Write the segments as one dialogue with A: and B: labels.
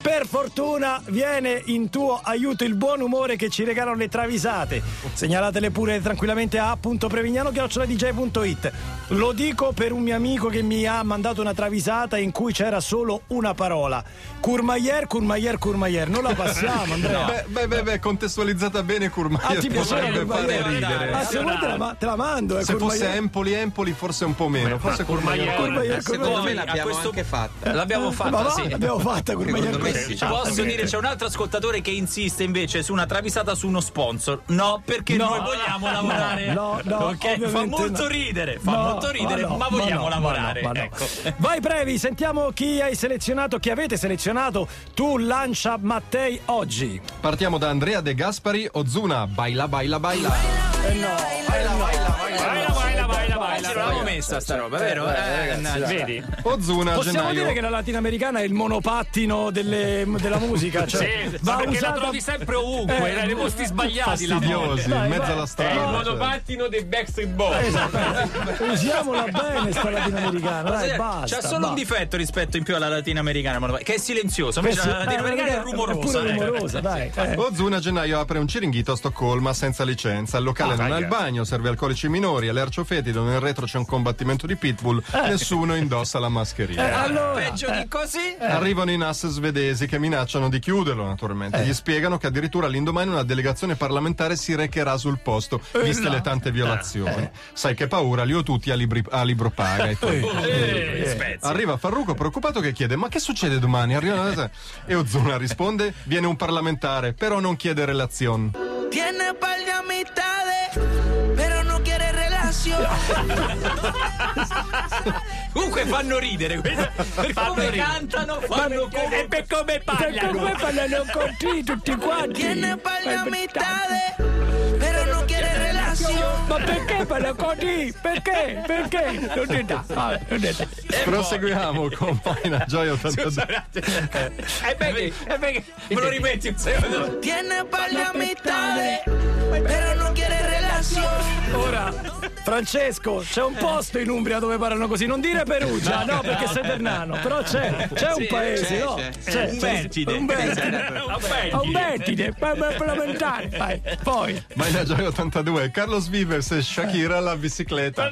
A: Per fortuna viene in tuo aiuto il buon umore che ci regalano le travisate. Segnalatele pure tranquillamente a a.prevignano.dj.it. Lo dico per un mio amico che mi ha mandato una travisata in cui c'era solo una parola. Courmayeur, Courmayeur, Courmayeur. Non la passiamo, Andrea.
B: Beh, beh, beh, beh, contestualizzata bene
A: Ah,
B: Curmai
A: ti piacerebbe
B: potrebbe fare
A: Courmayeur?
B: ridere.
A: Ah, se vuoi te la, ma- te la mando, eh,
B: Se fosse
A: Courmayeur.
B: Empoli, Empoli forse un po' meno. Forse Curmai
A: Courmayeur,
C: Eh, secondo
A: Courmayeur.
C: me
D: A
C: l'abbiamo
D: questo-
C: anche fatta.
A: Eh,
D: L'abbiamo
A: Ma
D: fatta,
A: Ah, va,
D: sì.
A: l'abbiamo fatta, Courmayeur.
D: Secondo me
A: Courmayeur.
D: sì. Ci posso dire, c'è un altro ascoltatore che insiste invece su una travisata su uno sponsor. No, perché noi vogliamo lavorare.
A: no, no,
D: ok? Fa
A: ovviamente
D: molto
A: no.
D: ridere, fa
A: No,
D: molto ridere,
A: no,
D: ma vogliamo
A: no,
D: lavorare.
A: ma no, ma no.
D: Ecco.
A: Vai Previ, sentiamo chi hai selezionato, chi avete selezionato. Tu lancia Mattei oggi.
B: Partiamo da Andrea De Gaspari, Ozuna, baila, baila, baila.
C: Vai, vai, vai, vai, vai.
D: Ce l'avevamo messa sta roba, vero? Eh, mannaggia.
C: Vedi?
B: Ozuna a
A: Possiamo
B: gennaio.
A: dire che la latinoamericana è il monopattino delle- della musica, cioè
C: Sì,
A: va
C: perché
A: usata-
C: la trovi sempre ovunque,
A: Eh,
C: dai, nei posti sbagliati la molla.
B: Fastidiosi, in
A: Dai,
B: mezzo
A: vai. Eh,
B: alla
C: È il
B: strada. cioè.
C: monopattino dei Backstreet Boys.
A: Usiamola bene sta latinoamericana,
D: Posso
A: dai,
D: dire,
A: basta.
D: C'ha solo
A: basta.
D: un difetto rispetto in più alla latinoamericana, ma- che è silenziosa. Invece
A: Eh,
D: cioè, la latinoamericana è
A: perché
D: rumorosa.
A: pure
D: eh.
A: rumorosa, dai. eh.
B: Ozuna a gennaio apre un ciringhito a Stoccolma senza licenza. Il
A: Ah,
B: locale non ha il bagno, serve alcolici minori, all'erciofetido, nel retro c'è un combattimento di pitbull,
A: Eh.
B: nessuno indossa la mascherina.
A: Allora,
D: Eh, Peggio di così?
B: Arrivano i NAS svedesi che minacciano di chiuderlo, naturalmente. Gli spiegano che addirittura l'indomani una delegazione parlamentare si recherà sul posto, viste le tante violazioni. Sai che paura, li ho tutti a, libri- a libro paga. e poi-
D: Eh, spezzi.
B: Arriva Farruco preoccupato che chiede: Ma che succede domani? Arriva- e Ozuna risponde: Viene un parlamentare, però non chiede relazione.
E: Tiene par de amistades, pero no quiere relación.
D: Comunque fanno ridere queste- per come cantano, fanno come
C: E per come
A: perché
C: parlano?
A: come parlano con te tutti quanti? Eh,
E: Tiene par de amistades, pero no quiere relación.
A: Ma perché parla così? Perché? Perché? Non ti dà. Vabbè, non ti dà.
B: Eh, Proseguiamo con Pina Joy 82.
D: E perché? E perché? Me lo rimetti un secondo.
E: Tiene par de amistades, pero no quiere relación.
A: Ora, Francesco, c'è un posto in Umbria dove parlano così. Non dire Perugia, no, perché sei Ternano. Però c'è, c'è un paese,
D: c'è,
A: no?
D: c'è.
A: C'è,
D: Umbertide.
A: Umbertide. Umbertide, pa- pa- parlamentare. Vai, Poi.
B: Pina Joy 82. Carlos Vives e Shakira alla bicicletta.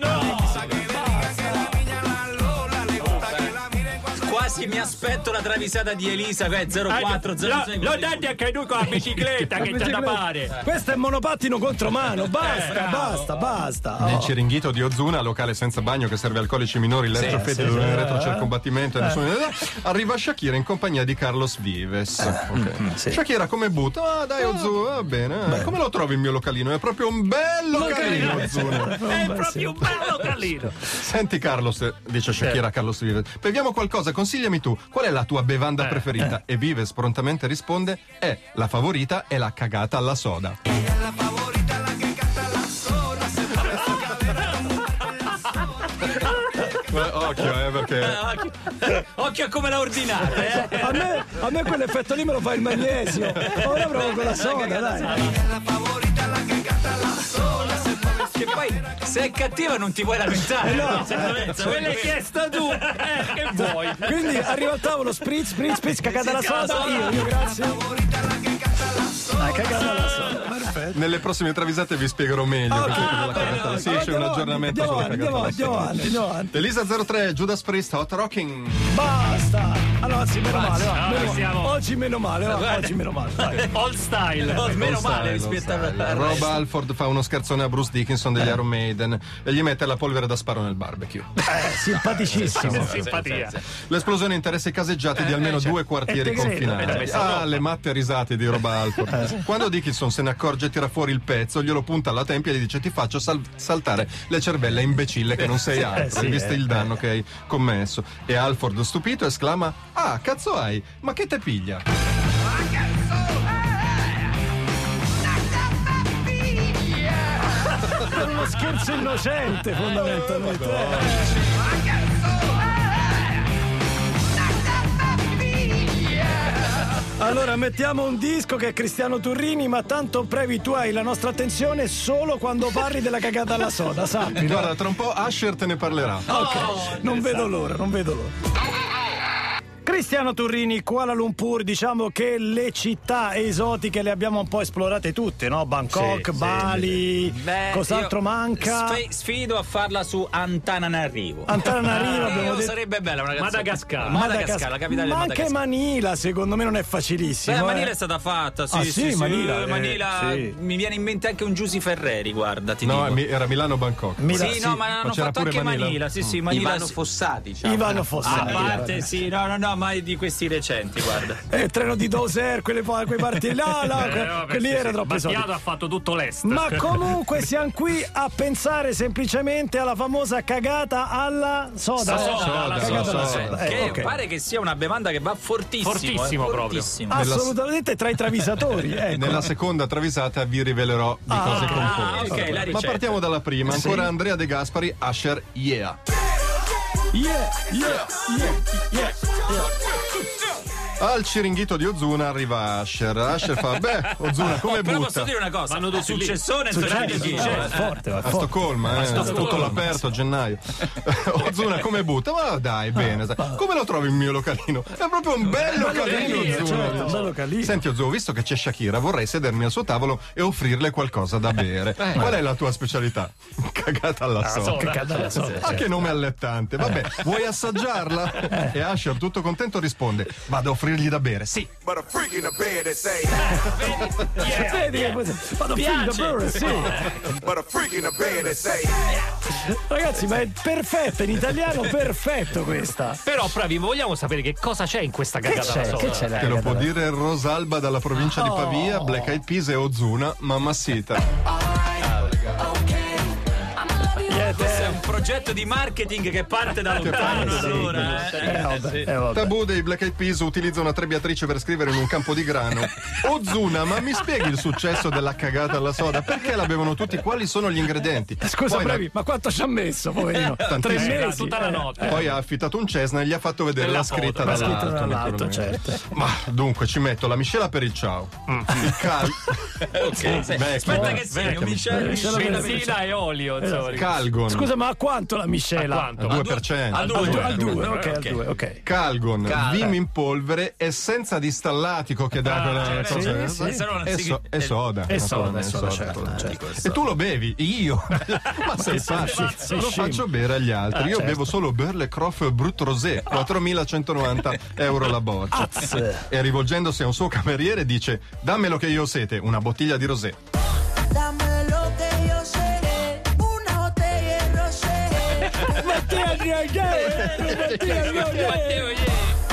D: Quasi mi aspetto la travisata di Elisa, che è 04 06.
C: Lo date anche tu con la bicicletta che c'è da fare.
A: Questo è monopattino contro mano. Basta, basta, basta.
B: Nel
A: Oh.
B: ciringhito di Ozuna, locale senza bagno che serve alcolici minori, l'ercio fede nel retro c'è il combattimento e nessuno arriva Shakira in compagnia di Carlos Vives. Ok. Shakira come butta? Mm, Ah dai Ozuna, va bene. Eh, Come lo trovi il mio localino? È proprio un bel localino Ozuna.
C: È proprio un bello Carlino.
B: Senti Carlos, eh, dice Shakira a Carlos Vives, beviamo qualcosa, consigliami tu, qual è la tua bevanda preferita? E Vives prontamente risponde, eh, la favorita è la cagata alla soda. Eh, Occhio, eh, perché...
D: Ah, Occhio a come la ordinate, eh.
A: A me, a me quell'effetto lì me lo fa il magnesio. Ora provo con la soda, dai.
D: Che poi se è cattiva non ti puoi lamentare.
A: No.
D: Se non è- se non è-
C: Quella hai chiesto tu. Eh, che vuoi?
A: Quindi arriva al tavolo, spritz, spritz, spritz, cagata la soda. Io, io, grazie. Ah, cagata la soda.
B: Nelle prossime travisate vi spiegherò meglio.
A: Ah,
B: perché quella cagata- sì,
A: Allora,
B: c'è un
A: andiamo
B: aggiornamento sulla
A: avanti, Andiamo
B: cagata.
A: avanti, andiamo avanti, andiamo avanti.
B: Elisa 03, Judas Priest, Hot Rocking.
A: Basta. Allora, sì, meno male. va,
C: Ah,
A: meno-
C: siamo-
A: Oggi meno male, va, oggi meno male. vai.
C: Old style.
D: Oh,
B: Lo
D: meno male
B: sai,
D: rispetto
B: lo
D: a
B: sai. Rob Alford fa uno scherzone a Bruce Dickinson degli Iron Maiden e gli mette la polvere da sparo nel barbecue.
A: Simpaticissimo.
C: Simpatia.
B: L'esplosione interessa i caseggiati
D: Eh,
B: di almeno
D: certo.
B: due quartieri
A: È te che-
C: Eh, dai,
B: confinanti.
C: sono
B: Ah, le matte risate di Rob
D: Eh,
B: Alford. Quando Dickinson se ne accorge, tira fuori il pezzo, glielo punta alla tempia e gli dice: Ti faccio sal- saltare le cervelle, imbecille, che non
D: Eh,
B: sei altro. Hai visto il danno che hai commesso. E Alford, stupito, esclama: Ah, cazzo hai, ma che te piglia?
D: Eh,
A: È uno scherzo innocente, fondamentalmente. Eh, Allora, mettiamo un disco che è Cristiano Turrini, ma tanto previ tu hai la nostra attenzione solo quando parli della cagata alla soda, sappi.
B: Guarda, tra un po' Asher te ne parlerà.
A: Ok, non vedo l'ora, non vedo l'ora. Cristiano Turrini, Kuala Lumpur, diciamo che le città esotiche le abbiamo un po' esplorate tutte, no? Bangkok,
B: Sì, sì,
A: Bali,
D: Beh,
A: cos'altro
D: io
A: manca?
D: sfe- sfido a farla su Antananarivo.
A: Antananarivo
D: Eh,
A: abbiamo detto.
D: sarebbe bella una canzone.
C: Madagascar.
D: Madagascar, la capitale
A: ma
D: del
A: anche
D: Madagascar.
A: Manila, secondo me, non è facilissimo.
D: Beh,
A: eh.
D: Manila è stata fatta, sì,
A: Ah,
D: sì,
A: sì, Manila,
D: eh,
A: eh,
D: Manila,
A: sì.
D: mi viene in mente anche un Giusy Ferreri, guarda, ti
B: No,
D: dico.
B: mi- era Milano-Bangkok.
A: Mi-
D: Sì,
A: Sì,
D: no, ma
B: ma
D: hanno
B: c'era
D: fatto
B: pure
D: anche Manila,
B: Manila.
D: sì, sì, Manila.
F: Ivano
D: sì.
F: Fossati, diciamo.
A: Ivano
D: a
A: Fossati.
D: parte, sì, no, no, no, ma è di questi recenti, guarda.
A: Eh, il treno di Doser, quelle, pa- quei parti là,
C: Eh,
D: Eh,
A: là, que- quelli era troppo
C: Battiato
A: esotico.
C: ha fatto tutto l'est.
A: Ma comunque siamo qui a pensare semplicemente alla famosa cagata alla soda. Eh,
D: La soda,
B: soda,
A: Cagata
D: la
B: soda,
A: alla
B: soda.
A: soda. Eh,
D: che
A: ok.
D: pare che sia una bevanda che va fortissimo,
C: Fortissimo
D: eh,
C: proprio.
D: fortissimo.
A: Ah,
B: nella-
A: Assolutamente tra i travisatori. ecco.
B: Nella seconda travisata vi rivelerò di cose
D: ah,
B: confuse.
D: ok, la
B: Ma
D: ricetta.
B: partiamo dalla prima. Ancora Andrea De Gaspari, Asher, yeah.
A: Yeah, yeah, yeah, yeah.
B: Al ciringhito di Ozuna arriva Asher. Asher fa, beh, Ozuna come
D: Oh, però
B: butta?
D: posso dire una cosa,
C: Vanno
D: il
C: tutti lì.
D: successore
A: Successo,
D: Antonelli
A: no,
D: dice
A: è forte, va,
B: A
A: forte.
B: Stoccolma, eh, tutto l'aperto a gennaio. Ozuna come butta? Ma dai, bene. sai. Come lo trovi il mio localino? È proprio un bel localino,
A: localino, certo,
B: Ozuna.
D: cioè,
A: un bel localino.
B: Senti, Ozuna, visto che c'è Shakira, vorrei sedermi al suo tavolo e offrirle qualcosa da bere.
D: Eh.
B: Qual è la tua specialità? Cagata
D: Ah,
B: alla soda.
A: Cagata alla soda.
B: Ah, che nome allettante. Vabbè,
D: Eh.
B: vuoi assaggiarla? E Asher, tutto contento, risponde: Vado a offrirgli da bere. Sì.
G: But a freak in the bed that say,
A: Vedi che questo- vado a finire da bere, sì.
G: but a freak in the bed that say,
A: Ragazzi, ma è perfetta in italiano, perfetto questa.
C: Però, bravi, vogliamo sapere che cosa c'è in questa
A: Che
C: cagata alla
A: c'è?
C: soda.
A: Che c'è?
B: Te lo può dire Rosalba dalla provincia di Pavia, Black Eyed Peas e Ozuna, mamma sita.
D: questo è un progetto di marketing che parte da lontano allora, eh.
B: Tabù dei Black Eyed Peas utilizza una trebbiatrice per scrivere in un campo di grano. Ozuna, ma mi spieghi il successo della cagata alla soda? Perché la bevono tutti? Quali sono gli ingredienti?
A: Scusa,
B: Poi ne ha-
A: bravi, ma quanto ci ha messo, poverino? Tre
B: tantissimo.
A: mesi.
C: Tutta la notte.
A: eh,
B: Poi ha affittato un Cessna e gli ha fatto vedere
C: Della
B: la scritta
A: La scritta
B: dall'alto.
A: dall'alto,
B: naturalmente.
A: certo.
B: Ma dunque ci metto la miscela per il ciao. Il cal- eh.
D: Ok, sì. aspetta che segno,
A: Michel-
D: Michel, Michel-
A: eh,
C: Benzina e olio, insomma.
B: Calgon.
A: Scusa, ma a quanto la miscela?
C: A quanto?
B: Al 2%.
D: Al
A: Al
D: due.
A: 2, al 2, ok, al
D: Ok.
A: 2, ok.
B: Calgon, vino
A: eh.
B: in polvere, essenza di stallatico che dà quella
A: Ah, sì,
B: cosa. Eh,
A: sì.
D: Se no non
B: E,
D: si-
B: so- e soda.
A: E soda, e
B: naturalmente,
A: soda, certo,
B: naturalmente.
A: certo,
B: E tu lo bevi? Io? Ma sei pazzo?
A: sei
B: Lo
A: scemo.
B: faccio bere agli altri. Io
A: certo. Ah.
B: bevo solo Berle Croft e Brut Rosé, 4.190 euro la boccia. E rivolgendosi a un suo cameriere dice, dammelo che io ho sete, una bottiglia di rosé.
E: Dame lo que yo seré, una botella de rosé.
A: Mattia Giorgè, Mattia Giorgè.
D: Matteo, yeah.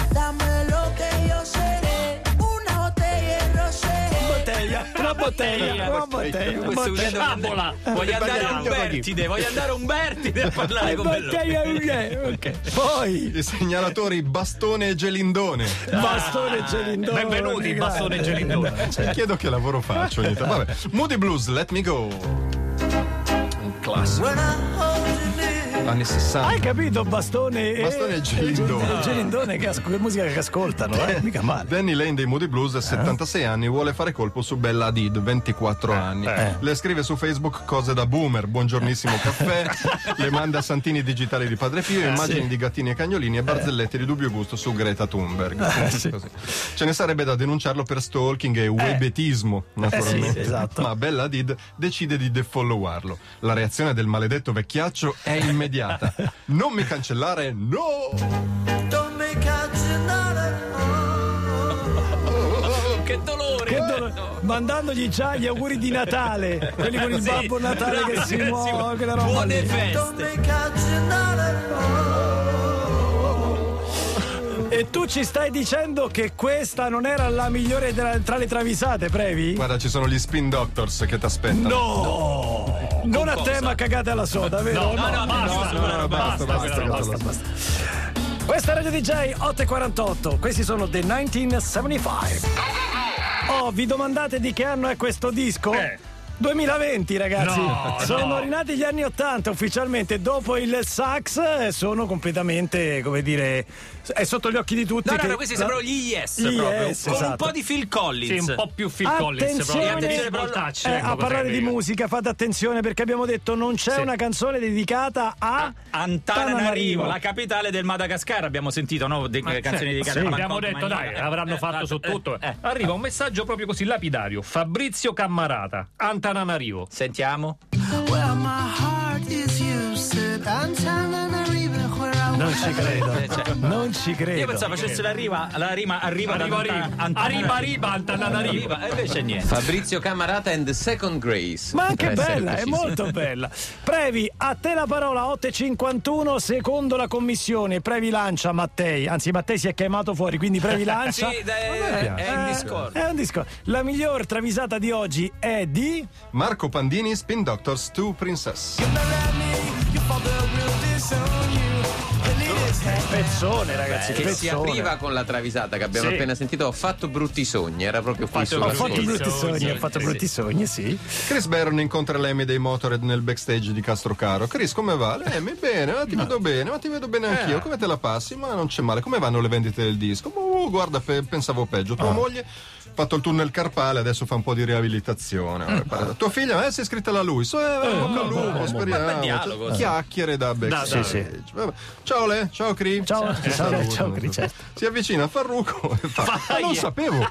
E: Dame lo que yo seré, una botella de rosé.
A: Botteglia, eh, una botteglia, una botteglia, una
D: Questo è un
A: botteglia.
D: sciabola. Voglio andare a un vertide, voglio andare a un vertide a parlare
A: Eh,
D: con Berlusconi.
A: Botteglia Giorgè, ok. Poi,
B: I segnalatori Bastone e Gelindone.
A: bastone e gelindone.
C: Benvenuti, bastone e gelindone.
A: Certo.
B: Mi chiedo che lavoro faccio ogni tanto. Vabbè, Moody Blues, Let Me Go. Un classico,
E: When I hold you near.
B: anni
A: Hai
B: 60.
A: capito bastone e...
B: Bastone e gelindone.
A: e gelindone, che, asco- che musica che ascoltano, eh? Mica male.
B: Danny Lane dei Moody
A: Eh?
B: Blues, 76 anni, vuole fare colpo su Bella Hadid,
A: Eh,
B: 24 anni. Le scrive su Facebook cose da boomer, buongiornissimo caffè, le manda santini digitali di Padre
A: Eh,
B: Pio, immagini di gattini e cagnolini e barzellette di dubbio gusto su Greta Thunberg.
A: Eh,
B: Così. Ce ne sarebbe da denunciarlo per stalking e webetismo, naturalmente.
A: Eh, sì, esatto.
B: Ma Bella Hadid decide di defollowarlo. La reazione del maledetto vecchiaccio è immediata. Non mi cancellare, no!
E: Don't make out you not at all.
D: Che dolore!
C: Eh,
A: Che dolore- Mandandogli già gli auguri di Natale, quelli con il
D: Sì,
A: Babbo Natale
D: bravo,
A: che si
D: sì,
A: muove, quella roba
D: Buone
A: lì.
E: Don't
D: feste!
E: make out you not at all.
A: E tu ci stai dicendo che questa non era la migliore tra, tra le travisate, Previ?
B: Guarda, ci sono gli Spin Doctors che ti aspettano.
A: No! Non a tema cagate alla soda, vero?
C: No, no, basta,
B: no, no, no, basta,
C: basta,
B: basta,
C: però,
B: basta,
C: basta.
B: basta.
A: Questa è Radio DJ 848, questi sono The 1975. Oh, vi domandate di che anno è questo disco?
C: Eh.
A: 2020 ragazzi,
C: No,
A: sono
C: no.
A: rinati gli anni 80 ufficialmente dopo il sax eh, sono completamente, come dire, è sotto gli occhi di tutti.
D: No, no,
A: che-
D: no, questi
A: la-
D: sembrano gli Yes
A: Gli
D: proprio.
A: Yes,
D: con un
A: esatto.
D: po' di Phil
C: Sì,
D: Collins.
C: un po' più Phil Collins,
A: Ah, Attenzione,
C: proprio.
D: attenzione, però-
C: Voltacci,
A: Eh,
C: ecco,
A: a
C: cos'è
A: parlare
C: che-
A: di musica fate attenzione perché abbiamo detto non c'è
C: Sì.
A: una canzone dedicata a
D: Antananarivo,
A: Tananarivo.
D: la capitale del Madagascar, abbiamo sentito, no? De-
C: Ma
D: canzoni
C: sì,
D: di
C: sì, abbiamo detto dai eh. avranno fatto su tutto arriva un messaggio proprio così lapidario Fabrizio Cammarata Antananarivo
D: Sentiamo.
F: Well, my heart is used. I'm telling her even where I
A: Non ci credo,
D: Eh, cioè,
A: non ci credo.
D: Io pensavo facesse la rima, la rima arriva
C: arriva
D: da Anta-
C: arriva
D: Antananarivo.
C: arriva arriva Antananarivo
D: Arriva, e invece niente.
H: Fabrizio Camarata and the Second Grace.
A: Ma anche
H: Per essere
A: bella, è
H: precisi.
A: molto bella. Previ, a te la parola 8.51, secondo la commissione. Previ lancia Mattei, anzi Mattei si è chiamato fuori, quindi Previ lancia. Eh,
D: Sì, è, è in Discord.
A: È un discorso. La miglior travisata di oggi è di...
B: Marco Pandini, Spin Doctors 2 Princess.
A: Pezzone ragazzi,
H: Che si
A: pezzone.
H: apriva con la travisata che abbiamo
C: Sì.
H: appena sentito. Ho fatto brutti sogni, era proprio qui
C: fatto
H: su
A: Ho
C: brutti
A: fatto
H: Sì.
A: brutti sogni, ho
C: sogni,
A: fatto
C: sì,
A: brutti sogni, sì.
B: Chris Barron incontra Lemmy dei Motorhead nel backstage di Castrocaro. Chris, come va? Lemmy, bene, ma ti vedo bene, ma ti vedo bene anch'io. Come te la passi? Ma non c'è male. Come vanno le vendite del disco? "Oh, guarda, fe- pensavo peggio. Tua moglie ha fatto il tunnel carpale, adesso fa un po' di riabilitazione. Tua figlia eh, si è iscritta alla lui. So, eh, bocca al lupo, speriamo.
D: bel dialogo,
B: Cioè, Chiacchiere da backstage. Vabbè. Ciao Le, ciao Cri.
A: Ciao,
B: Eh,
A: ciao,
B: saluto.
A: ciao, Cri, certo.
B: Si avvicina a Farruco e fa, "Ma non sapevo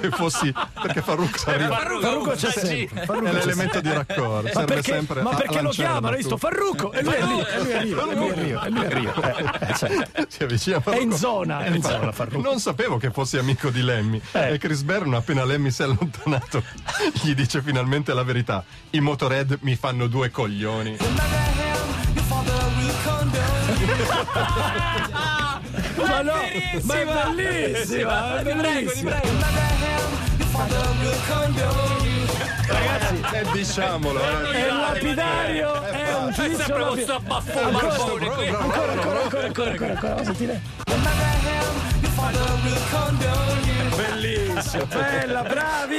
B: che fossi, perché Farruco arriva.
A: Farruco c'è
C: Sì.
A: sempre.
B: È
A: Farruco c'è sempre.
B: l'elemento di raccordo.
A: Ma
B: serve
A: perché,
B: sempre
A: ma
B: a
A: perché lo
B: lanciare la
A: chiamano? Io sto
B: battuta.
A: Farrucco e lui è lì, e lui è lì, e lui è lì, e lui è lì. Eh, eh, cioè,
B: Si avvicina
A: È
B: Farrucco.
A: in zona, è in
B: Fa-
A: zona Farrucco. Eh.
B: Non sapevo che fossi amico di Lemmy. E Chris Barron, appena Lemmy si è allontanato, gli dice finalmente la verità. I Motorhead mi fanno due coglioni.
A: Ma no, ma è bellissima, è bellissima.
B: Ragazzi, eh, diciamolo. eh.
A: È lapidario, è un tizio
C: sempre questo
A: lapidario.
C: baffo
B: Bravo,
C: barbone
B: bravo,
C: qui.
B: bravo,
A: Ancora, ancora,
B: bravo.
A: ancora, ancora, ancora, ancora, vado a sentire. Bellissimo, bella, bravi!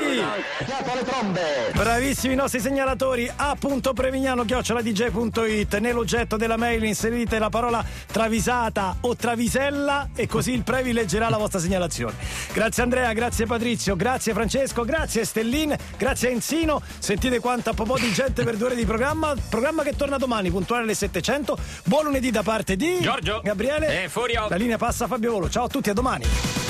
A: Bravissimi i nostri segnalatori a.prevignano.it Nell'oggetto della mail inserite la parola travisata o travisella e così il Previ leggerà la vostra segnalazione. Grazie Andrea, grazie Patrizio, grazie Francesco, grazie Stellin, grazie Enzino. Sentite quanta popò di gente per due ore di programma. Programma che torna domani, puntuale alle 700. Buon lunedì da parte di
C: Giorgio.
A: Gabriele.
D: E Furio.
A: La linea passa a Fabio Volo. Ciao a tutti, a domani.